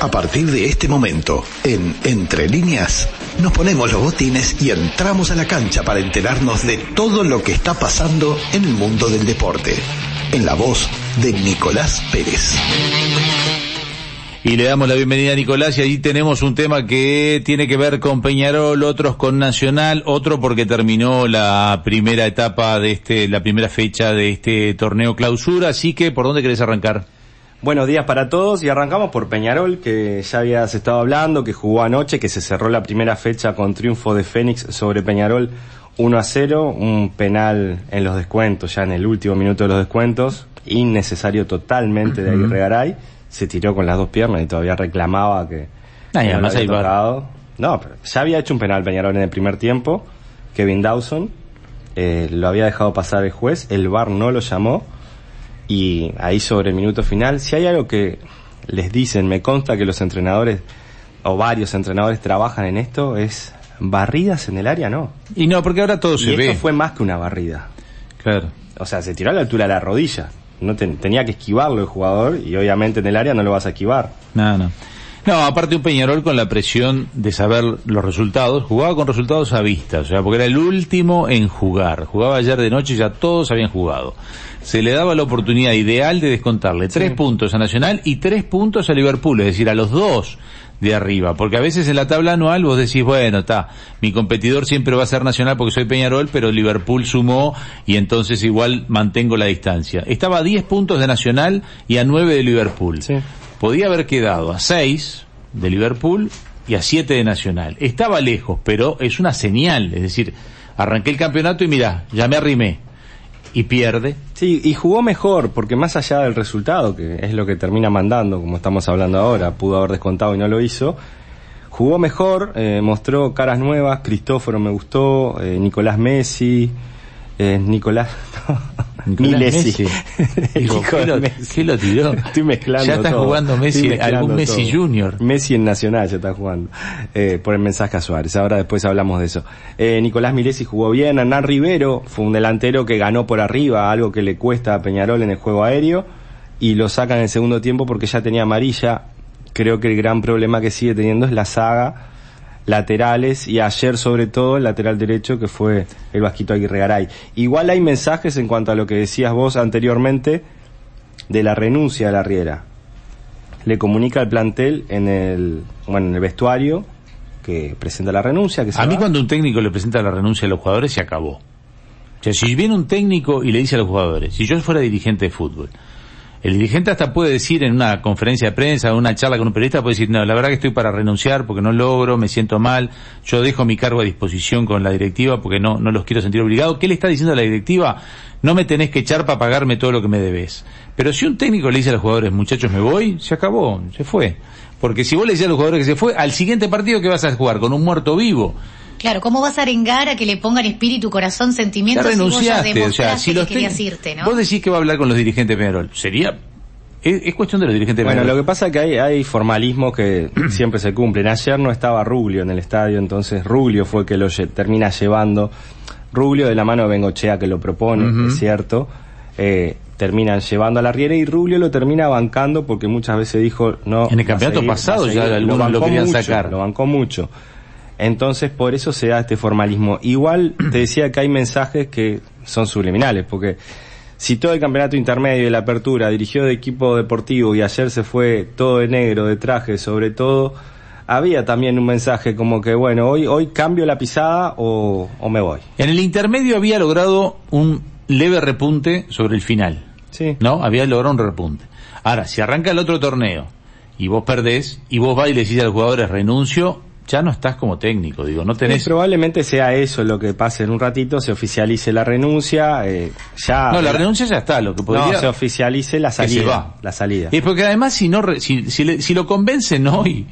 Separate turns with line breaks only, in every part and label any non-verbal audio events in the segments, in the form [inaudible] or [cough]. A partir de este momento, en Entre Líneas, nos ponemos los botines y entramos a la cancha para enterarnos de todo lo que está pasando en el mundo del deporte. En la voz de Nicolás Pérez.
Y le damos la bienvenida a Nicolás y allí tenemos un tema que tiene que ver con Peñarol, otros con Nacional, otro porque terminó la primera etapa de este, la primera fecha de este torneo clausura, así que ¿por dónde querés arrancar?
Buenos días para todos y arrancamos por Peñarol, que ya habías estado hablando, que jugó anoche, que se cerró la primera fecha con triunfo de Fénix sobre Peñarol 1 a 0, un penal en los descuentos, ya en el último minuto de los descuentos, innecesario totalmente de Aguirre Garay se tiró con las dos piernas y todavía reclamaba que
Ah, y
que no lo
además
había
hay VAR.
tocado. No, pero ya había hecho un penal Peñarol en el primer tiempo. Kevin Dawson eh, lo había dejado pasar el juez, el VAR no lo llamó y ahí sobre el minuto final, si hay algo que les dicen, me consta que los entrenadores o varios entrenadores trabajan en esto, es barridas en el área, no.
Y no, porque ahora todo se
y
ve.
esto fue más que una barrida.
Claro.
O sea, se tiró a la altura de la rodilla. No ten- tenía que esquivarlo el jugador y obviamente en el área no lo vas a esquivar.
No, no. No, aparte un Peñarol con la presión de saber los resultados, jugaba con resultados a vista, o sea, porque era el último en jugar. Jugaba ayer de noche y ya todos habían jugado. Se le daba la oportunidad ideal de descontarle tres puntos a Nacional y tres puntos a Liverpool, es decir, a los dos de arriba, porque a veces en la tabla anual vos decís, bueno, está, mi competidor siempre va a ser Nacional porque soy Peñarol, pero Liverpool sumó y entonces igual mantengo la distancia. Estaba a 10 puntos de Nacional y a 9 de Liverpool.
Sí.
Podía haber quedado a 6 de Liverpool y a 7 de Nacional. Estaba lejos, pero es una señal, es decir, arranqué el campeonato y mirá, ya me arrimé y pierde.
Sí, y jugó mejor, porque más allá del resultado, que es lo que termina mandando, como estamos hablando ahora, pudo haber descontado y no lo hizo, jugó mejor, eh, mostró caras nuevas, Cristóforo me gustó, eh, Nicolás Messi, eh, Nicolás... [laughs]
Nicolás
Milesi. [laughs]
Messi.
[laughs] El
Digo,
hijo
¿qué
de
lo-
Messi.
qué lo tiró?
[laughs] Estoy mezclando
Ya está
todo.
jugando Messi,
Estoy mezclando
algún Messi
todo.
Junior.
Messi en Nacional ya está jugando. eh, por el mensaje a Suárez. Ahora después hablamos de eso. Eh, Nicolás Milesi jugó bien. Hernán Rivero fue un delantero que ganó por arriba, algo que le cuesta a Peñarol en el juego aéreo. Y lo sacan en el segundo tiempo porque ya tenía amarilla. Creo que el gran problema que sigue teniendo es la saga, laterales y ayer sobre todo el lateral derecho que fue el Vasquito Aguirre Garay. Igual hay mensajes en cuanto a lo que decías vos anteriormente de la renuncia de la Riera le comunica al plantel en el bueno en el vestuario que presenta la renuncia que se
A mí
va.
cuando un técnico le presenta la renuncia a los jugadores se acabó. O sea, si viene un técnico y le dice a los jugadores, si yo fuera dirigente de fútbol, el dirigente hasta puede decir en una conferencia de prensa, en una charla con un periodista, puede decir, no, la verdad que estoy para renunciar porque no logro, me siento mal, yo dejo mi cargo a disposición con la directiva porque no, no los quiero sentir obligados. ¿Qué le está diciendo a la directiva? No me tenés que echar para pagarme todo lo que me debes. Pero si un técnico le dice a los jugadores, muchachos, me voy, se acabó, se fue. Porque si vos le decís a los jugadores que se fue, al siguiente partido que vas a jugar con un muerto vivo,
Claro, ¿cómo vas a arengar a que le pongan espíritu, corazón,
Ya
sentimientos si vos ya
renunciaste, o
demostraste
sea, si
que
los
querías
te-
irte, no?
Vos decís que va a hablar con los dirigentes de Peñarol. Sería es, es cuestión de los dirigentes de
bueno lo
Peñarol.
que pasa es que hay, hay formalismos
[clears throat]
que siempre se cumplen ayer no estaba Ruglio en el estadio entonces Ruglio fue que lo lle- termina llevando Ruglio de la mano de Bengochea que lo propone es cierto eh, terminan llevando a la Riera y Ruglio lo termina bancando porque muchas veces dijo no
En el
Oh, va a
campeonato
seguir, va a
pasado ya
seguir.
algunos lo
bancó
querían
mucho,
sacar.
lo bancó mucho Entonces por eso se da este formalismo. Igual te decía que hay mensajes que son subliminales, porque si todo el campeonato intermedio y la apertura dirigió de equipo deportivo y ayer se fue todo de negro, de traje sobre todo, había también un mensaje como que bueno, hoy, hoy cambio la pisada o, o me voy.
En el intermedio había logrado un leve repunte sobre el final.
Sí.
¿No? Había logrado un repunte. Ahora, si arranca el otro torneo y vos perdés y vos vas y le decís a los jugadores renuncio, ya no estás como técnico, digo, no tenés
Y probablemente sea eso lo que pase en un ratito, se oficialice la renuncia, eh, ya...
No, la renuncia ya está, lo que
No,
podría
se oficialice la
que se
salida.
va.
La salida.
Y porque además si no re- si, si le- si lo convencen hoy,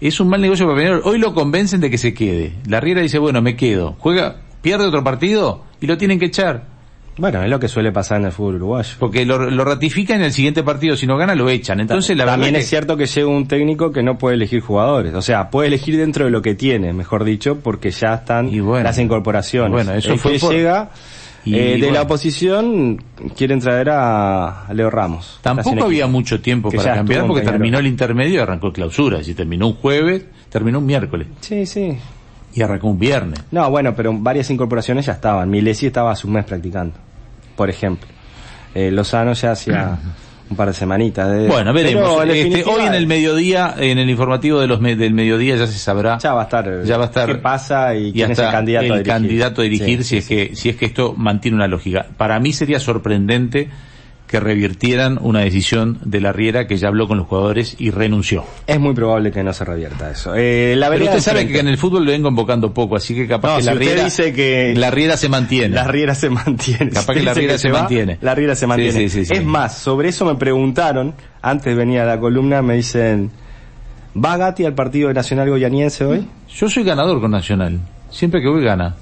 es un mal negocio para Peñarol. Hoy lo convencen de que se quede. La Riera dice, bueno, me quedo. Juega, pierde otro partido y lo tienen que echar.
Bueno, es lo que suele pasar en el fútbol uruguayo.
Porque lo, lo ratifican en el siguiente partido. Si no gana, lo echan. Entonces la
También
verdad
es
que-
cierto que llega un técnico que no puede elegir jugadores. O sea, puede elegir dentro de lo que tiene, mejor dicho, porque ya están
Y bueno.
las incorporaciones.
Bueno, eso
El
fue
que
por-
llega
Y
Eh, de
bueno.
la oposición quieren traer a Leo Ramos. Está sin
Tampoco
equipo.
había mucho tiempo
Que
para
ya
cambiar
estuvo en
porque
Peñarol.
terminó el intermedio y arrancó clausura. Si terminó un jueves, terminó un miércoles
Sí, sí.
y arrancó un viernes.
No, bueno, pero varias incorporaciones ya estaban. Milesi estaba hace un mes practicando, por ejemplo. Eh, Lozano
[clears throat]
ya hacía un par de semanitas. de-
Bueno, veremos.
Eh, Pero, en
Este,
definitiva,
hoy en el mediodía, en el informativo de los me- del mediodía ya se sabrá.
Ya va a estar.
ya va a estar
¿Qué pasa y,
y
quién es
hasta
el candidato a
el
dirigir?
candidato a dirigir
Sí.
si es que si es que esto mantiene una lógica. Para mí sería sorprendente que revirtieran una decisión de la Riera que ya habló con los jugadores y renunció.
Es muy probable que no se revierta eso. Eh, la
Pero
vereda
usted
del
sabe
frente.
que en el fútbol lo ven convocando poco, así que capaz
No,
que
si
la
usted
Riera
dice que-
la Riera se mantiene.
La Riera se mantiene.
Capaz
Si
que la
dice
Riera se
va,
mantiene.
La Riera se mantiene.
Sí, sí, sí, sí.
Es más, sobre eso me preguntaron, antes venía la columna, me dicen, ¿va Gatti al partido de Nacional Goyaniense hoy?
Yo soy ganador con Nacional. Siempre que voy gana.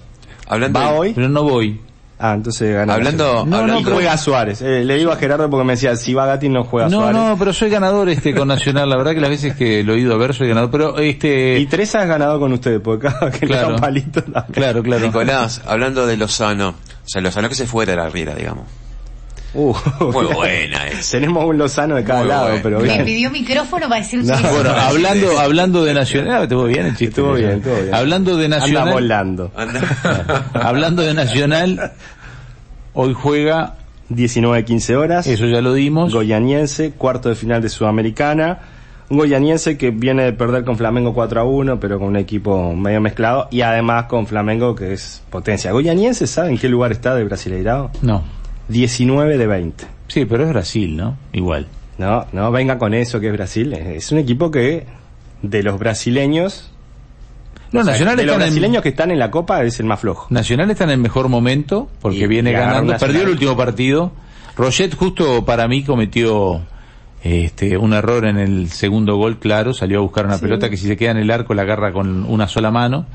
Hablando
¿Va
de-
hoy?
Pero no voy.
Ah, entonces ganó.
Hablando-
Nacional. No,
hablando-
no, pero- juega Suárez. Eh, le digo a Gerardo porque me decía, si va Gatti no juega
No,
Suárez.
no, pero soy ganador este con Nacional. La verdad que las veces que lo he ido a ver soy ganador. Pero este...
Y Treza es ganado con ustedes, porque cada que le
Claro.
dan palito también.
Claro, claro.
Nicolás, hablando de Lozano. O sea, Lozano que se fuera de la Riera, digamos.
Uh, [laughs]
Muy buena esa.
Tenemos un Lozano de cada
Muy
lado,
bueno.
pero
Me
bien.
pidió micrófono para decir un
No.
chiste.
[laughs]
Bueno, hablando, hablando de Nacional, Ah, estuvo bien el chiste.
Estuvo bien, estuvo bien.
Hablando de
Anda
Nacional,
volando.
Anda.
hablando de Nacional, hoy juega,
19, 15 horas.
eso ya lo dimos,
Goyaniense, cuarto de final de Sudamericana. Un goyaniense que viene de perder con Flamengo 4 a 1, pero con un equipo medio mezclado. Y además con Flamengo, que es potencia. Goyaniense, ¿saben qué lugar está de Brasileirao?
no,
19 de 20.
sí, pero es Brasil, ¿no? Igual.
No, no, venga con eso que es Brasil. Es un equipo que, de los brasileños,
No,
o sea,
Nacional
de los
está en,
brasileños que están en la Copa es el más flojo.
Nacional está en el mejor momento porque
Y-
viene
y agarra
ganando.
un Nacional.
Perdió el último partido. Roget justo para mí cometió este, un error en el segundo gol, claro. Salió a buscar una pelota que si se queda en el arco la agarra con una sola mano.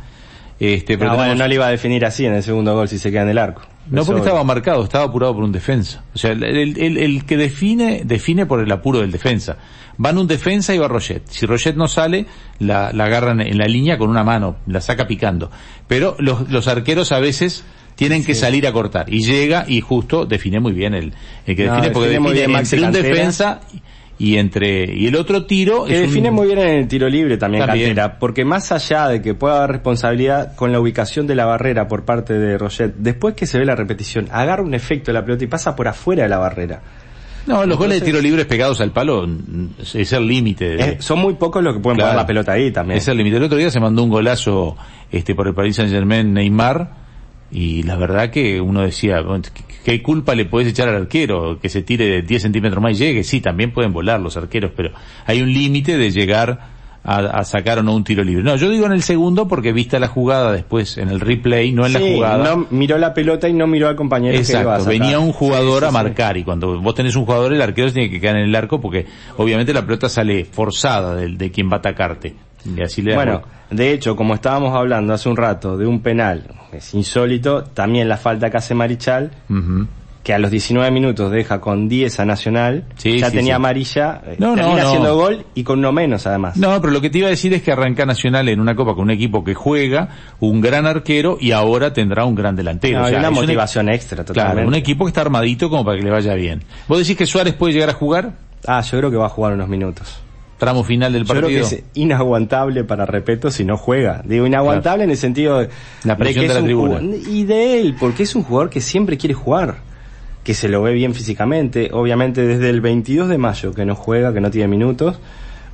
Este, pero
Ah, bueno,
tenemos-
no le iba a definir así en el segundo gol si se queda en el arco.
no,
Eso-
porque estaba marcado, estaba apurado por un defensa. O sea, el, el- el- el que define, define por el apuro del defensa. Van un defensa y va Roget. Si Roget no sale, la, la agarran en la línea con una mano, la saca picando. Pero los, los arqueros a veces tienen que salir a cortar. Y llega y justo define muy bien el, el que
No,
define, porque
define muy
define
bien Maxi
entre un
Cantera.
defensa y entre, y el otro tiro
Que
es un-
define muy bien en el tiro libre también,
También.
Cantera, porque más allá de que pueda haber responsabilidad con la ubicación de la barrera por parte de Roget, después que se ve la repetición, agarra un efecto de la pelota y pasa por afuera de la barrera.
No, los goles de tiro libres pegados al palo mm, es el límite. de-
Eh, son muy pocos los que pueden
Claro.
poner la pelota ahí también.
Es el límite. El otro día se mandó un golazo este por el Paris Saint Germain Neymar y la verdad que uno decía, bueno, ¿qué- ¿qué culpa le podés echar al arquero? Que se tire de 10 centímetros más y llegue. Sí, también pueden volar los arqueros, pero hay un límite de llegar a, a sacar o no un tiro libre. No, yo digo en el segundo porque vista la jugada después, en el replay, no en la
Sí,
jugada.
no miró la pelota y no miró al compañero que iba a
Exacto,
sacar.
venía un jugador a marcar y cuando vos tenés un jugador el arquero se tiene que quedar en el arco porque obviamente la pelota sale forzada de, de quien va a atacarte. Y así le das
Bueno,
vuelta.
de hecho, como estábamos hablando hace un rato de un penal, es insólito, también la falta que hace Marichal,
Ujú.
que a los 19 minutos deja con 10 a Nacional,
Sí,
ya
sí,
tenía
sí.
amarilla, eh,
No, no,
termina
no.
haciendo gol y con uno menos además.
No, pero lo que te iba a decir es que arranca Nacional en una copa con un equipo que juega, un gran arquero y ahora tendrá un gran delantero.
No,
O
hay
sea,
una
es un e-
motivación extra totalmente.
Claro, un equipo que está armadito como para que le vaya bien. ¿Vos decís que Suárez puede llegar a jugar?
Ah, yo creo que va a jugar unos minutos.
Tramo final del
Yo creo
partido.
que es inaguantable para Repeto si no juega. Digo, inaguantable en el sentido de...
La presión de
que es
la
un
tribuna.
ju- Y de él, porque es un jugador que siempre quiere jugar. Que se lo ve bien físicamente. Obviamente desde el 22 de mayo que no juega, que no tiene minutos.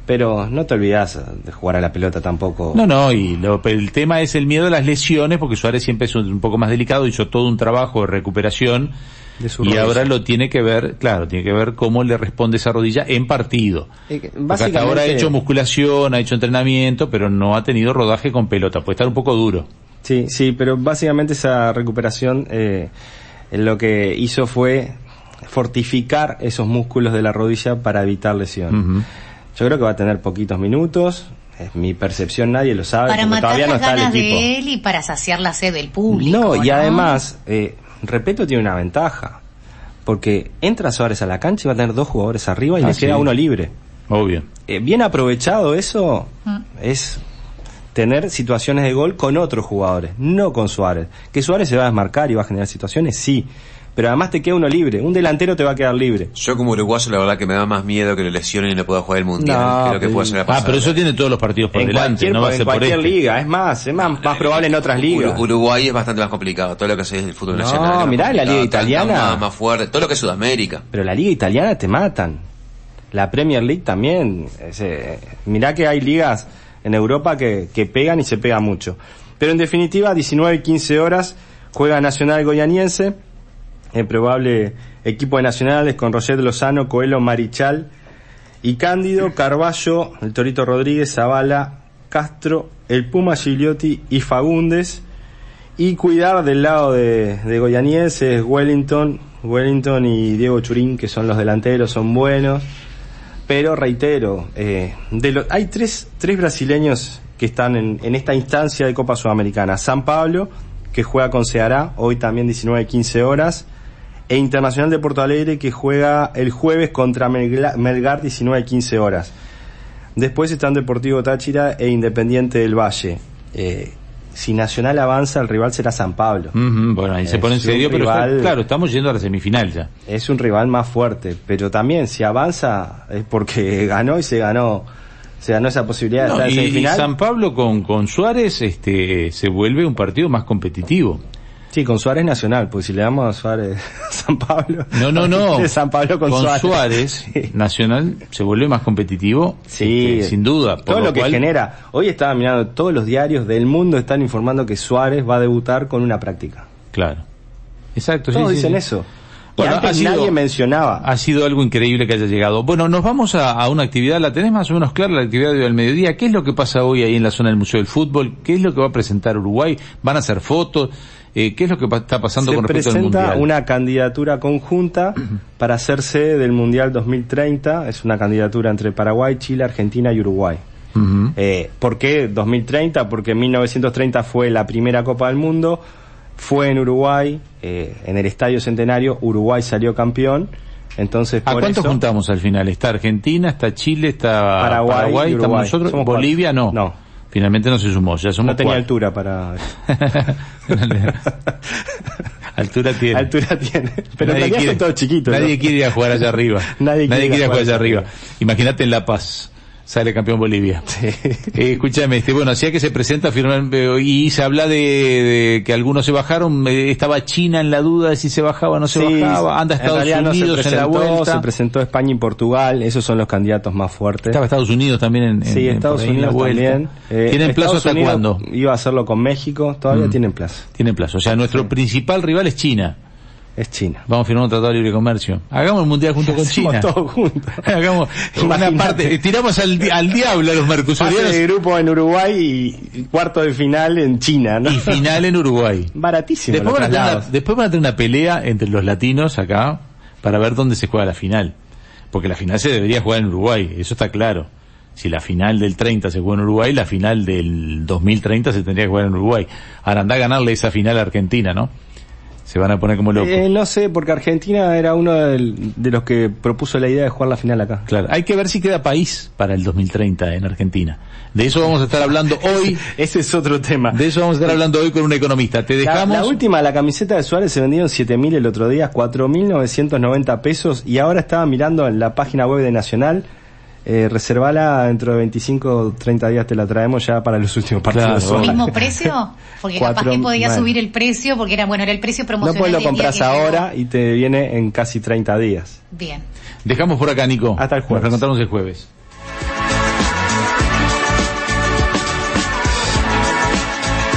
Pero no te olvidas de jugar a la pelota tampoco.
No, no, y lo- el tema es el miedo a las lesiones, porque Suárez siempre es un, un poco más delicado, hizo todo un trabajo de recuperación
De su
y
rodilla.
ahora lo tiene que ver, claro, tiene que ver cómo le responde esa rodilla en partido.
Eh, que
Porque hasta ahora ha hecho musculación, ha hecho entrenamiento, pero no ha tenido rodaje con pelota, puede estar un poco duro.
Sí, sí, pero básicamente esa recuperación eh, lo que hizo fue fortificar esos músculos de la rodilla para evitar lesión.
Ujú.
Yo creo que va a tener poquitos minutos. Es mi percepción, nadie lo sabe.
para
porque
matar
todavía no
las
está
ganas
el equipo.
de él y para saciar la sed del público.
No, y además, eh, Repeto tiene una ventaja. Porque entra Suárez a la cancha y va a tener dos jugadores arriba y
Ah,
le
sí.
queda uno libre.
Obvio.
Eh, bien aprovechado eso es tener situaciones de gol con otros jugadores, no con Suárez. Que Suárez se va a desmarcar y va a generar situaciones, sí. Pero además te queda uno libre, un delantero te va a quedar libre.
Yo como uruguayo la verdad que me da más miedo que lo lesionen y no pueda jugar el mundial.
No,
Creo que
pero-
puede ser la
Ah,
pasada.
pero eso tiene todos los partidos por
en
delante,
cualquier,
no va a
en
ser por
cualquier
este.
liga, es más, es más, más probable en otras ligas.
Uru- Uruguay es bastante más complicado. Todo lo que hace es el fútbol
No,
nacional. es más
mirá, la liga
complicado,
italiana.
está Más, más fuerte. Todo lo que es Sudamérica.
Pero la liga italiana te matan. La Premier League también. Ese- mirá que hay ligas en Europa que, que pegan y se pega mucho. Pero en definitiva, 19 y 15 horas juega Nacional Goianiense. El probable equipo de Nacionales con Roger Lozano, Coelho, Marichal y Cándido, Carballo, el Torito Rodríguez, Zavala, Castro, el Puma Gigliotti y Fagundes. Y cuidar del lado de, de Goyaniense es Wellington, Wellington y Diego Churín, que son los delanteros, son buenos. Pero reitero, eh, de lo- hay tres, tres brasileños que están en, en esta instancia de Copa Sudamericana. San Pablo, que juega con Ceará, hoy también 19-15 horas. E Internacional de Porto Alegre, que juega el jueves contra Melgla- Melgar 19-15 horas. Después están Deportivo Táchira e Independiente del Valle. Eh, si Nacional avanza, el rival será San Pablo.
Ujú, bueno, ahí se
Es
pone en
un
serio, pero está-
rival-
claro, estamos yendo a la semifinal ya.
Es un rival más fuerte, pero también si avanza es porque [laughs] ganó y se ganó, se ganó esa posibilidad
No,
de estar en
y, y
semifinal.
San Pablo con, con Suárez este, se vuelve un partido más competitivo.
Sí, con Suárez Nacional, pues si le damos a Suárez [laughs] San Pablo.
No, no, no.
[laughs] San Pablo con, Suárez. Sí.
Nacional se vuelve más competitivo,
[laughs] Sí,
este, sin duda. por
Todo lo, que
cual-
genera. Hoy estaba mirando, todos los diarios del mundo están informando que Suárez va a debutar con una práctica.
Claro. Exacto, sí,
Todos
sí,
dicen
sí.
eso. Y
Bueno,
antes
ha sido-
nadie mencionaba.
Ha sido algo increíble que haya llegado. Bueno, nos vamos a, a una actividad, la tenés más o menos clara, la actividad de hoy al mediodía. ¿Qué es lo que pasa hoy ahí en la zona del Museo del Fútbol? ¿Qué es lo que va a presentar Uruguay? ¿Van a hacer fotos? Eh, ¿Qué es lo que pa- está pasando
Se
con respecto al
presenta
Mundial?
una
[clears throat]
candidatura conjunta para ser sede del Mundial 2030. Es una candidatura entre Paraguay, Chile, Argentina y Uruguay.
Ujú.
Eh, ¿Por qué 2030? Porque en 1930 fue la primera Copa del Mundo, fue en Uruguay, eh, en el Estadio Centenario, Uruguay salió campeón. Entonces,
¿A
por
cuánto
eso,
juntamos al final? ¿Está Argentina, está Chile, está
Paraguay
Paraguay,
y
estamos
Uruguay.
nosotros?
Somos
¿Bolivia
cuatro.
no?
No.
Finalmente no se sumó, ya somos
No tenía
cuatro.
altura para...
[laughs] altura tiene.
[laughs] altura tiene. Pero
Nadie
en realidad
quiere-
son todos chiquitos. ¿no?
Nadie quiere ir a jugar allá arriba.
[laughs] Nadie quiere ir a
quiere ir a
jugar
jugar allá
allá
arriba. Imagínate en La Paz. Sale campeón Bolivia. [laughs] Eh, escúchame, este, bueno, hacía que se presenta firmalmente y se habla de, de que algunos se bajaron. eh, estaba China en la duda de si se bajaba o no se
Sí,
bajaba. Anda
en
Estados
realidad no se
Unidos en la
presentó,
vuelta.
Se presentó España y Portugal, esos son los candidatos más fuertes.
Estaba Estados Unidos también en, en-
sí,
en-
Estados
por ahí en la
Unidos
vuelta.
también. Eh,
¿Tienen plazo
Estados
hasta
Unidos
cuándo?
Iba a hacerlo con México, todavía
Mm.
tienen plazo.
Tienen plazo. O sea, nuestro principal rival es China.
Es China.
Vamos a firmar un tratado de libre comercio. Hagamos el mundial
[laughs]
junto con
Hacemos
China. [laughs]
todos juntos.
Hagamos una
Imagínate.
parte, eh, tiramos al, di- al diablo a los
Fase de
mercosurianos
grupo en Uruguay y cuarto de final en China, ¿no?
y final en Uruguay.
[laughs] Baratísimo.
Después
los
van, a tener una,
traslados.
después van a tener una pelea entre los latinos acá para ver dónde se juega la final. Porque la final se debería jugar en Uruguay, eso está claro. Si la final del 30 se juega en Uruguay, la final del 2030 se tendría que jugar en Uruguay. Ahora anda a ganarle esa final a Argentina, ¿no? Se van a poner como locos.
Eh, no sé, porque Argentina era uno del- de los que propuso la idea de jugar la final acá.
Claro, hay que ver si queda país para el 2030 en Argentina. De eso vamos a estar hablando hoy.
Ese es otro tema.
De eso vamos a estar hablando hoy con un economista. Te
La,
dejamos.
la última, la camiseta de Suárez se vendió en 7.000 el otro día, 4.990 pesos y ahora estaba mirando en la página web de Nacional, eh, reservala dentro de 25 o 30 días te la traemos ya para los últimos
Claro,
partidos. de Suárez.
¿Mismo
[laughs]
precio? Porque
Cuatro-
capaz que podía
bueno.
subir el precio porque era, bueno, era el precio
No
promocional.
pues lo
del día
compras
que llegó.
ahora y te viene en casi 30 días.
Bien.
Dejamos por acá, Nico.
Hasta el jueves.
Nos reencontramos el jueves.